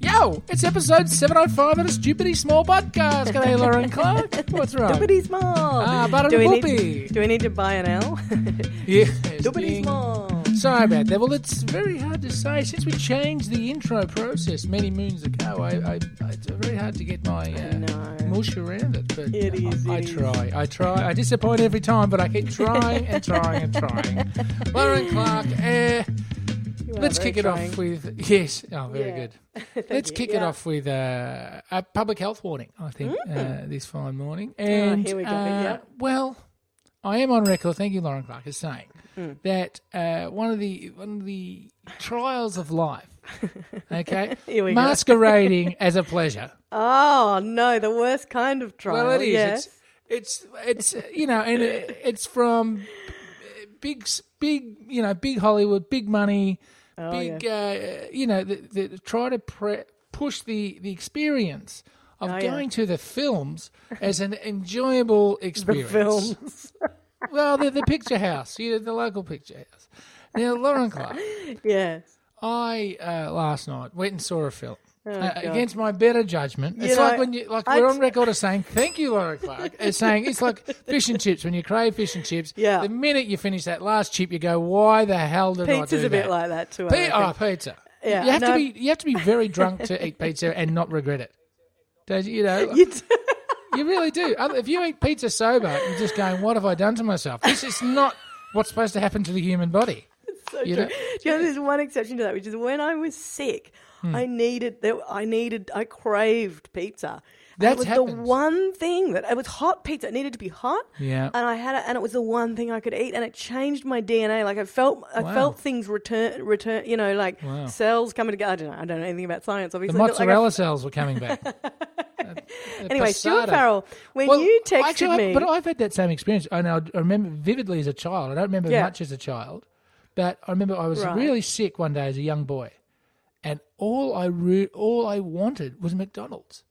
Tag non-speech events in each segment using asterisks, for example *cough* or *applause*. Hello, it's episode 705 of the Stupidly Small Podcast. G'day, Lauren Clark. What's wrong? Doobity small. Ah, but do, we it need, will be. do we need to buy *laughs* an L? Yes, Doobity ding. small. Sorry about that. Well, it's very hard to say. Since we changed the intro process many moons ago, I, I, I, it's very hard to get my uh, know. mush around it. But uh, It is, I, I it is. try. I try. I disappoint every time, but I keep trying and trying *laughs* and trying. Lauren Clark, uh, You are let's very kick it trying. off with. Yes. Oh, very Yeah. good. Thank Let's you. kick it *laughs* Yeah. off with uh, a public health warning, I think, uh, this fine morning. And, Mm. Ah, here we go, uh, yeah. Well, I am on record, thank you, Lauren Clark, as saying Mm. that uh, one of the one of the trials of *laughs* life, okay, Here we go. masquerading as a pleasure. Oh, no, the worst kind of trial. Well, it is. Yes. It's it's it's you know, and it, it's from big big you know big Hollywood, big money, Oh, big uh, you know, the, the, try to pre- push the the experience of Oh, yeah. going to the films as an *laughs* enjoyable experience. *laughs* films. well, the, the picture house, you know, the local picture house. Now, Lauren Clark. yes. I uh, last night went and saw a film. Uh, Oh, God. against my better judgment, it's know, like when you like I- we're on record of saying thank you, Laura Clark. As saying it's *laughs* like fish and chips when you crave fish and chips. Yeah. The minute you finish that last chip, you go, "Why the hell did I do Pizza's a bit that?" like that, too. I Pi- reckon. oh, pizza. Yeah, You have no. to be you have to be very drunk *laughs* to eat pizza and not regret it. Don't you, you know? You do- You really do. Um, If you eat pizza sober, you're just going, "What have I done to myself?" This is not what's supposed to happen to the human body. so You true. know? Do *laughs* you know, there's one exception to that, which is when I was sick, Hmm. I needed there, I needed I craved pizza. And That's it was the happened. one thing that it was hot pizza. It needed to be hot. Yeah. And I had it, and it was the one thing I could eat, and it changed my DNA. Like I felt, I Wow. felt things return, return. You know, like Wow. cells coming together. I don't know. I don't know anything about science, obviously. The but like I- mozzarella cells were coming back. anyway, Stuart passata. Farrell, when Well, you texted actually, I- me, but I've had that same experience, and I I remember vividly as a child. I don't remember Yeah. much as a child, but I remember I was Right. really sick one day as a young boy, and all I re- all I wanted was McDonald's.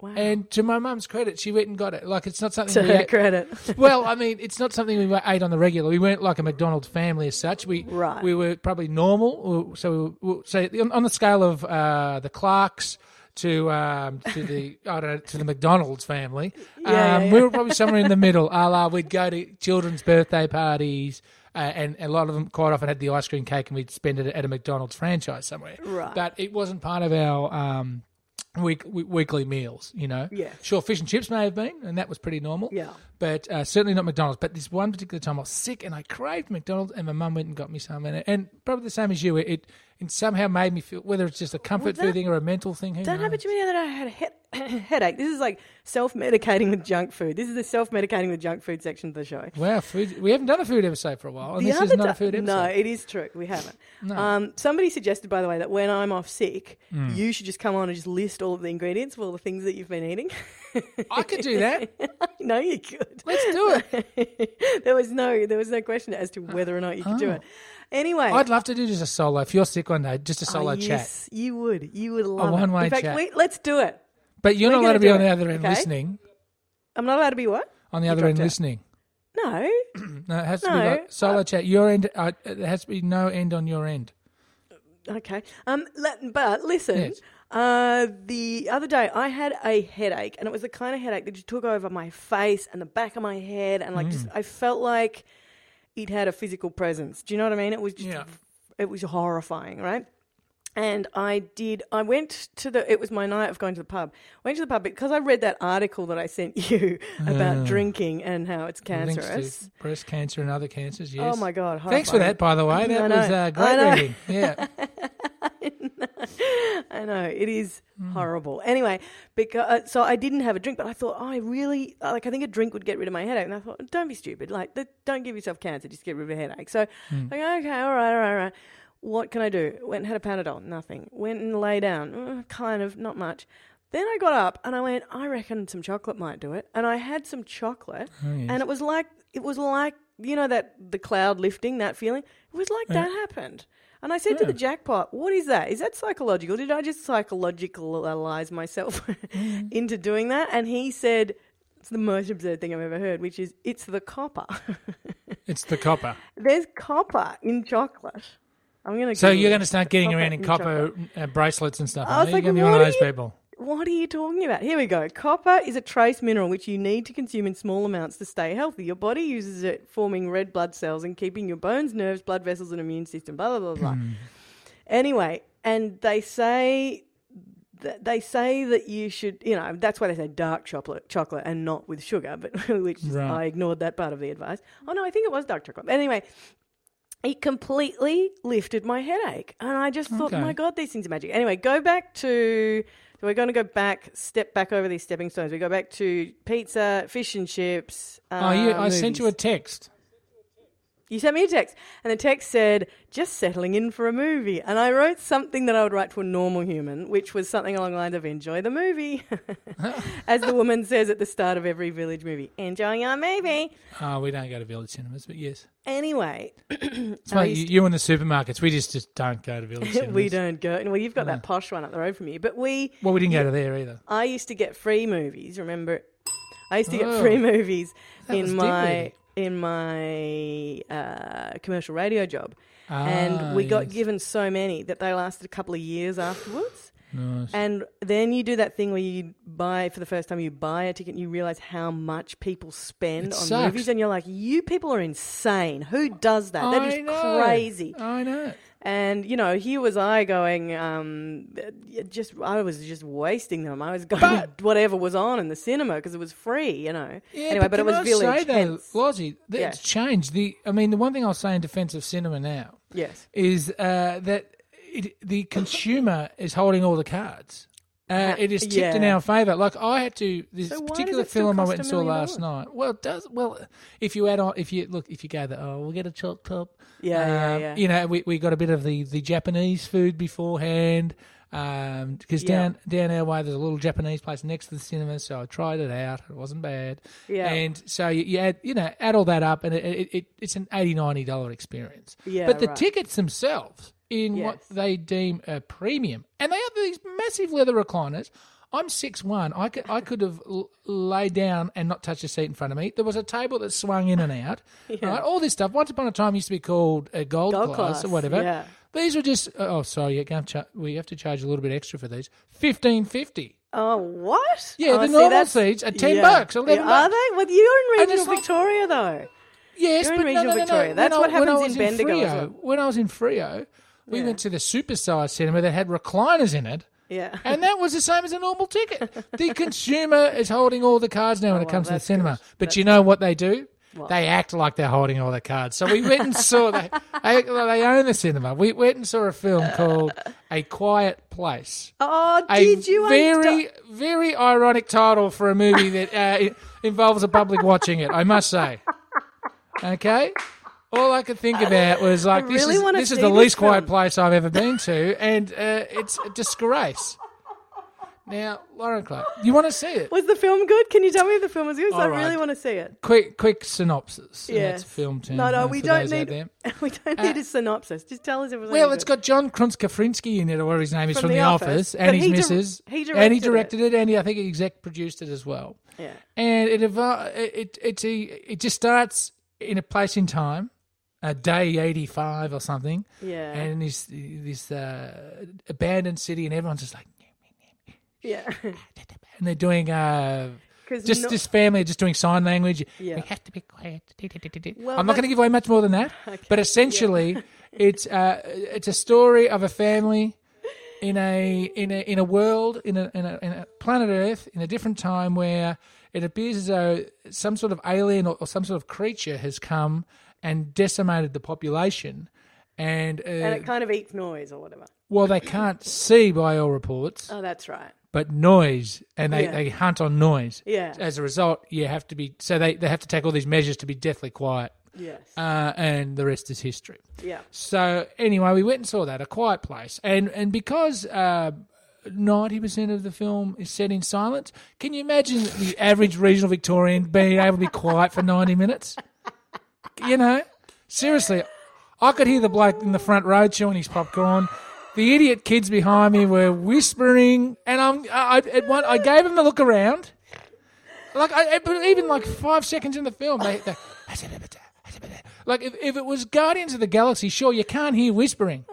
Wow. And to my mum's credit, she went and got it. Like it's not something *laughs* to we her ate- *laughs* credit, well, I mean, it's not something we ate on the regular. We weren't like a McDonald's family as such. We Right. we were probably normal. So we were, so on, on the scale of uh, the Clarks to um, to the I don't know, to the McDonald's family, *laughs* yeah, um, yeah. we were probably somewhere in the middle. A la we'd go to children's birthday parties. Uh, and, and a lot of them quite often had the ice cream cake, and we'd spend it at a McDonald's franchise somewhere. Right. But it wasn't part of our um, week, we- weekly meals, you know. Yeah. Sure, fish and chips may have been, and that was pretty normal. Yeah. But uh, certainly not McDonald's. But this one particular time, I was sick and I craved McDonald's, and my mum went and got me some, and, and probably the same as you, it, it somehow made me feel whether it's just a comfort that- food thing or a mental thing. Who That knows? happened to me the other day. I had a he- *clears throat* headache. This is like self medicating with junk food. This is the self medicating with junk food section of the show. Wow, food. We haven't done a food episode for a while, and The Oh, this is other not a day- food episode. No, it is true. We haven't. Um, somebody suggested, by the way, that when I'm off sick, Mm. you should just come on and just list all of the ingredients of all the things that you've been eating. *laughs* I could do that. I know you could. Let's do it. *laughs* there was no, there was no question as to whether or not you could do Oh. it. Anyway, I'd love to do just a solo. If you're sick one day, just a Oh, solo chat. yes, you would. You would love it. one-way In fact, chat. we- let's do it. But you're We're not allowed gonna to be do on the it, other end okay? listening. I'm not allowed to be what? On the other end dropped out. listening. No. No, it has to be No, like solo chat. Your end. Uh, it has to be no end on your end. Okay. Um, let, but listen, Yes. uh, the other day I had a headache, and it was the kind of headache that just took over my face and the back of my head, and like just Mm. I felt like it had a physical presence. Do you know what I mean? It was just, Yeah. it was horrifying, right? And I did. I went to the. It was my night of going to the pub. Went to the pub because I read that article that I sent *laughs* you about drinking and how it's Ah. Links cancerous. to breast cancer and other cancers. Yes. Oh my god! Thanks for horrifying. that, by the way. I That know. was uh, I great know. *laughs* reading. Yeah. I know it is horrible. Anyway, because so I didn't have a drink, but I thought oh, I really like. I think a drink would get rid of my headache, and I thought, don't be stupid. Like, th- don't give yourself cancer. Just get rid of a headache. So, like, okay, all right, all right, all right. What can I do? Went and had a Panadol. Nothing. Went and lay down. Mm, kind of, not much. Then I got up and I went. I reckon some chocolate might do it. And I had some chocolate, Mm, and it was like it was like you know that the cloud lifting that feeling. It was like that happened. And I said to the jackpot, "What is that? Is that psychological? Did I just psychologicalize myself Mm. *laughs* into doing that?" And he said, "It's the most absurd thing I've ever heard, which is it's the copper. *laughs* It's the copper. There's copper in chocolate." I'm gonna. So Google you're it. going to start getting Copper around in and copper uh, bracelets and stuff. I was aren't you? like, you're going to be one of what those are you- people. What are you talking about? Here we go. Copper is a trace mineral which you need to consume in small amounts to stay healthy. Your body uses it forming red blood cells and keeping your bones, nerves, blood vessels, and immune system. Blah blah blah blah. Anyway, and they say that they say that you should, you know, that's why they say dark chocolate, chocolate, and not with sugar. But *laughs* which is, Right. I ignored that part of the advice. Oh no, I think it was dark chocolate. Anyway, it completely lifted my headache. And I just thought, Okay. my God, these things are magic. Anyway, go back to. So we're going to go back, step back over these stepping stones. We go back to pizza, fish and chips. Oh, you, uh, I sent you a movies. text. You sent me a text, and the text said, just settling in for a movie. And I wrote something that I would write to a normal human, which was something along the lines of, enjoy the movie. *laughs* As the woman says at the start of every village movie, enjoy your movie. Oh, we don't go to village cinemas, but yes, Anyway, it's like you, you in the supermarkets. We just, just don't go to village cinemas. *laughs* we don't go. Well, you've got Uh. that posh one up the road from you, but we. Well, we didn't go to there either. I used to get free movies. Remember, I used to get Oh. free movies That was in my in my uh, commercial radio job, Ah, and we got yes. given so many that they lasted a couple of *laughs* years afterwards. Nice. And then you do that thing where you buy for the first time. You buy a ticket, and you realize how much people spend It on sucks. movies, and you're like, "You people are insane. Who does that? That I is know. crazy." I know. And you know, here was I going, um, just I was just wasting them. I was going But- with *laughs* whatever was on in the cinema because it was free, you know. Yeah, anyway, but, it can was I village. Say, though, hence- Lozzie, that Yeah. it's changed. The, I mean, the one thing I'll say in defence of cinema now yes, is uh, that it, the consumer *laughs* is holding all the cards. Uh, it is tipped in yeah. our favour. Like I had to this So why does particular it still film I cost went and a saw million last night. Well, it does well if you add on if you look if you go that oh we'll get a chalk top. Yeah, yeah, Um, yeah. You know we we got a bit of the the Japanese food beforehand because Yeah. down down our way there's a little Japanese place next to the cinema, so I tried it out. It wasn't bad. Yeah. And so you, you add you know add all that up and it, it, it it's an 80 90 dollar experience. Yeah, But the right. tickets themselves in what Yes. they deem a premium, and they have these massive leather recliners. I'm six one. I could I could have l- laid down and not touched a seat in front of me. There was a table that swung in and out. *laughs* right? All this stuff. Once upon a time, used to be called a gold, Gold class or class, whatever. yeah. These are just. Oh, sorry. You have, to, we have to charge a little bit extra for these. Fifteen fifty. oh what? Yeah, oh, the see, normal that's- seats are 10 yeah. bucks, 11 Yeah, Are bucks. they? Well, you're in And it's regional like- Victoria though. Yes, You're in but no, regional no, no, no. Victoria. When That's I- what when I happens was in Bendigo as Frio- well. When I was in Frio, we went to the supersized cinema that had recliners in it. Yeah. and that was the same as a normal ticket. *laughs* The consumer is holding all the cards now when it Oh, well, comes to the that's cinema. good. But you know what they do? They act like they're holding all the cards. So we went and saw they, *laughs* they, they own the cinema. We went and saw a film *laughs* called A Quiet Place. oh, A did you? very unsta- very ironic title for a movie that uh, i- involves the public watching it. I must say. Okay. All I could think about was like this really is wanna this is see the this least quiet film. place I've ever been to, and uh, it's a disgrace. Now, Lauren Clark, you want to see it? was the film good? Can you tell me if the film was good? 'Cause I All right. really want to see it. Quick, quick synopsis. Yeah, Yes. it's a film term. No, no, uh, we for don't those out need. there. *laughs* Uh, We don't need a synopsis. Just tell us if it was any Well, good. it's got John Krunskafrinsky in it, or whatever his name is, From from, The The, Office. office, But and his he dir- missus, he and he directed directed it, and he, I think he exec produced it as well. Yeah. and it evo- it it- it's a, it just starts in a place in time, a day eighty five or something. Yeah. and this this uh, abandoned city, and everyone's just like, Yeah. *laughs* and they're doing uh, 'Cause just no- this family are just doing sign language. Yeah. We have to be quiet. Well, I'm not going that- to give away much more than *laughs* that, but essentially, it's uh, it's a story of a family in a in a in a world in a, in a in a planet Earth in a different time where it appears as though some sort of alien or, or some sort of creature has come and decimated the population. And, uh, and it kind of eats noise or whatever. well, they can't see by all reports Oh, that's right. but noise and they, Yeah. they hunt on noise Yeah. *laughs* as a result you have to be so they, they have to take all these measures to be deathly quiet Yes. uh, and the rest is history yeah. so anyway we went and saw that a quiet place and and because uh, 90% of the film is set in silence can you imagine the average regional victorian being able to be quiet for 90 minutes you know seriously i could hear the bloke in the front row chewing his popcorn the idiot kids behind me were whispering and i'm i, I- at one, I gave him the look around like I, I- but even like five seconds in the film they, they like if, if it was guardians of the galaxy sure you can't hear whispering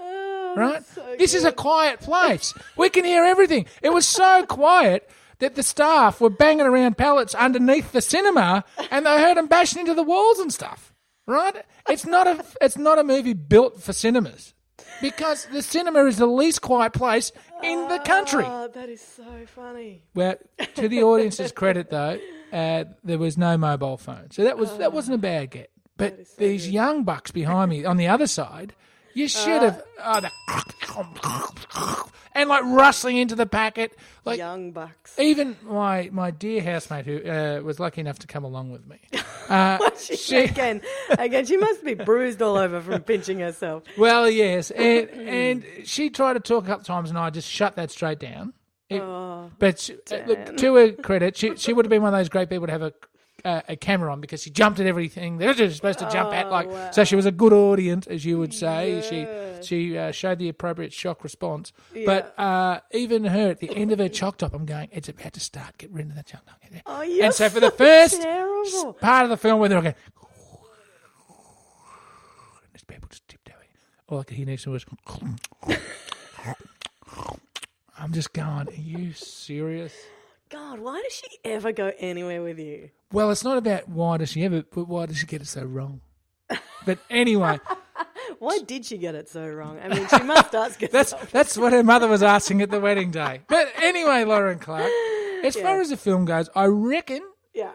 right? this is a quiet place. we can hear everything. It was so quiet that the staff were banging around pallets underneath the cinema, and they heard them bashing into the walls and stuff. Right? It's not a it's not a movie built for cinemas because the cinema is the least quiet place in the country. Oh, that is so funny. Well, to the audience's credit, though, uh, there was no mobile phone, so that was that wasn't a bad get. But these young bucks behind me on the other side, you should have oh, the and like rustling into the packet. Like Young bucks. *laughs* even my my dear housemate who uh, was lucky enough to come along with me, uh, she again, again, she must be bruised all over from pinching herself. well yes, and and she tried to talk a couple times, and I just shut that straight down. It- but she, uh, look, to her credit, she she would have been one of those great people to have a. Uh, a camera on because she jumped at everything that she was supposed to jump at, like so. She was a good audience, as you would say. She she uh, showed the appropriate shock response, but uh, even her at the end of her choc top, I'm going, it's about to start. Get rid of the choc top. *laughs* Oh, you're and so for the first terrible. part of the film where they're going, and there's people just tiptoeing. All I could hear next to me was, I'm just going, are you serious? God, why does she ever go anywhere with you? Well, it's not about why does she ever, but why does she get it so wrong? But anyway, Why did she get it so wrong? I mean, she must ask *laughs* herself. that's that's what her mother was asking at the wedding day. But anyway, Lauren Clark, as far as the film goes, I reckon yeah,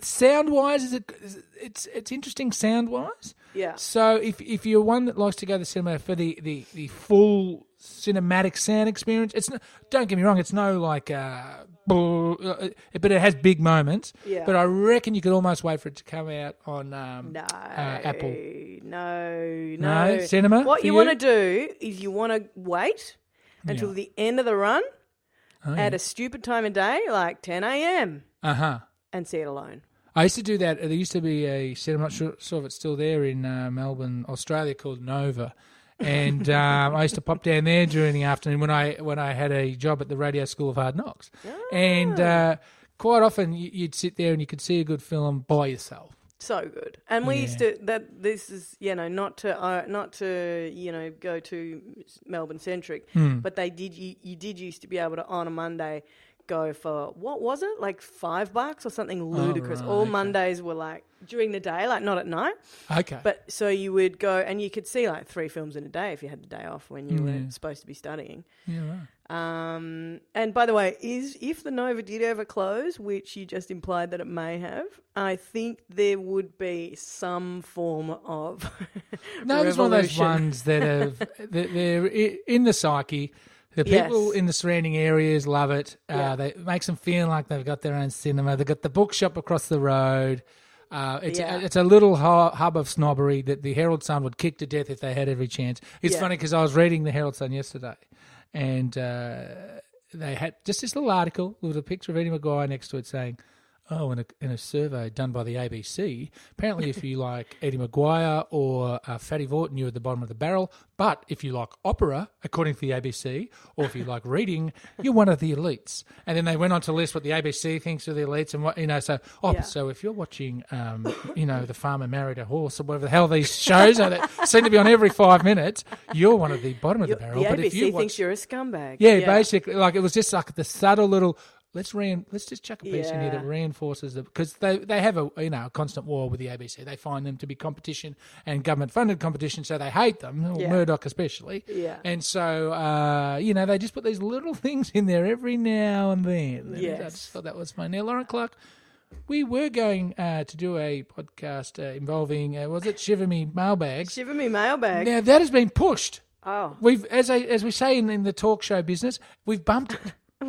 sound wise is a, is- it's it's interesting sound wise. yeah. So if if you're one that likes to go to the cinema for the the, the full cinematic sound experience, it's no, don't get me wrong, it's no like uh, boo- uh, but it has big moments. Yeah. But I reckon you could almost wait for it to come out on um, No, uh, Apple. No, No, no, cinema What for you you? want to do is you want to wait until the end of the run Oh, at a stupid time of day, like 10 a.m., Uh huh. and see it alone. I used to do that. There used to be a cinema. I'm not sure, sure if it's still there in uh, Melbourne, Australia, called Nova, and um, I used to pop down there during the afternoon when I when I had a job at the Radio School of Hard Knocks, and uh, quite often y- you'd sit there and you could see a good film by yourself. so good. And we used to that. This is you know not to uh, not to you know go to Melbourne Mm. centric, Hmm. but they did you, you did used to be able to on a Monday go for what was it like five bucks or something ludicrous. Oh, right, All okay. Mondays were like during the day, like not at night. Okay, But so you would go and you could see like three films in a day if you had the day off when you Mm. were supposed to be studying. yeah, right. Um, and by the way, is if the Nova did ever close, which you just implied that it may have, I think there would be some form *laughs* of no, there's one of those revolution. ones that *laughs* have that they're i- in the psyche. The people Yes. in the surrounding areas love it. Uh, Yeah. They it makes them feel like they've got their own cinema. They've got the bookshop across the road. Uh, it's, Yeah. a, it's a little hu- hub of snobbery that the Herald Sun would kick to death if they had every chance. It's Yeah. funny because I was reading the Herald Sun yesterday, and uh, they had just this little article with a picture of Eddie McGuire next to it saying, "Oh, in a, in a survey done by the ABC, apparently *laughs* if you like Eddie McGuire or uh, Fatty Vaughton, you're at the bottom of the barrel. But if you like opera, according to the ABC, or if you *laughs* like reading, you're one of the elites." And then they went on to list what the ABC thinks of the elites and what you know. So, oh, Yeah. so if you're watching, um, you know, the farmer married a horse or whatever the hell these shows are that seem to be on every five minutes, you're one of the bottom of the The barrel. but ABC if you watch thinks you're a scumbag. yeah, basically, like it was just like the subtle little. Let's re- let's just chuck a piece in here that Yeah. reinforces the because they they have a you know a constant war with the ABC. They find them to be competition and government funded competition, so they hate them. or Yeah. Murdoch especially. Yeah. And so uh, you know they just put these little *laughs* things in there every now and then. And I Yes. just thought that was funny. Now, Lauren Clark, we were going uh, to do a podcast uh, involving uh, was it Shiver Me mailbags. Shiver me mailbag. Now that has been pushed. Oh, *laughs* We've, as I, as we say in, in the talk show business, we've bumped *laughs* it.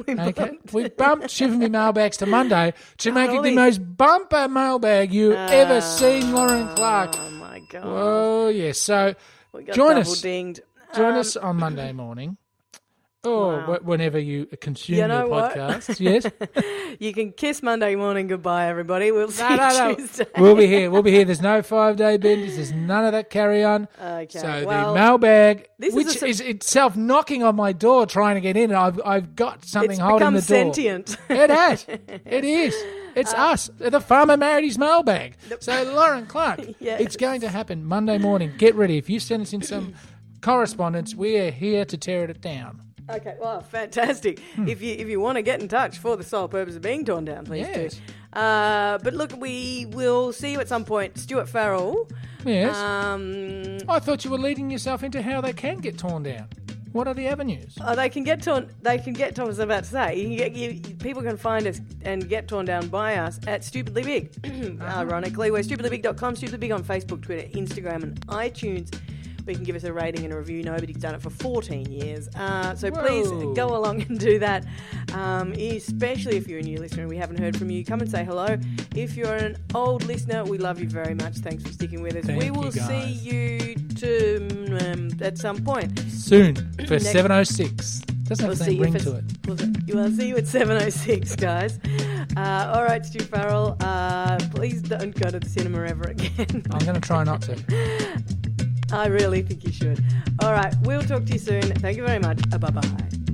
okay, we've bumped Shiver Me mailbags to Monday to make it the Golly. most bumper mailbag you Ah. have ever seen, Lauren Clark. oh my god. Oh yes, so we got join double us. dinged. join Um, us on Monday morning. *laughs* Or wh- whenever you consume You know your what? podcast, *laughs* yes. You can kiss Monday morning goodbye, everybody. We'll see No, no, you no. Tuesday. We'll be here. We'll be here. There's no five day benders. There's none of that carry on. Okay, So well, the mailbag, this is which a is, su- itself knocking on my door, trying to get in, and I've I've got something It's holding become the door. sentient. *laughs* It has. It is. It's Uh, us. The farmer married his mailbag. So Lauren Clark, *laughs* Yes. it's going to happen Monday morning. Get ready. If you send us in some correspondence. We are here to tear it down. Okay, well, fantastic. Hmm. If you if you want to get in touch for the sole purpose of being torn down, please Yes. do. Uh, but look, we will see you at some point, Stuart Farrell. Yes. Um, I thought you were leading yourself into how they can get torn down. What are the avenues? oh, they can get torn. They can get torn. I was about to say, you can get, you, people can find us and get torn down by us at Stupidly Big. *clears throat* Uh-huh. Ironically, we're stupidlybig.com, Stupidly Big on Facebook, Twitter, Instagram, and iTunes. We can give us a rating and a review. Nobody's done it for 14 years, uh, so please Whoa. go along and do that, um, especially if you're a new listener and we haven't heard from you. Come and say hello. If you're an old listener, we love you very much. Thanks for sticking with us. Thank we you, will see guys. you to, um, at some point. Soon for Next- 706. Doesn't have We'll the see same you ring for, to it. We'll, we'll see you at 7.06, guys. Uh, all right, Stu Farrell, uh, please don't go to the cinema ever again. *laughs* I'm going to try not to. I really think you should. All right, we'll talk to you soon. Thank you very much. Bye-bye.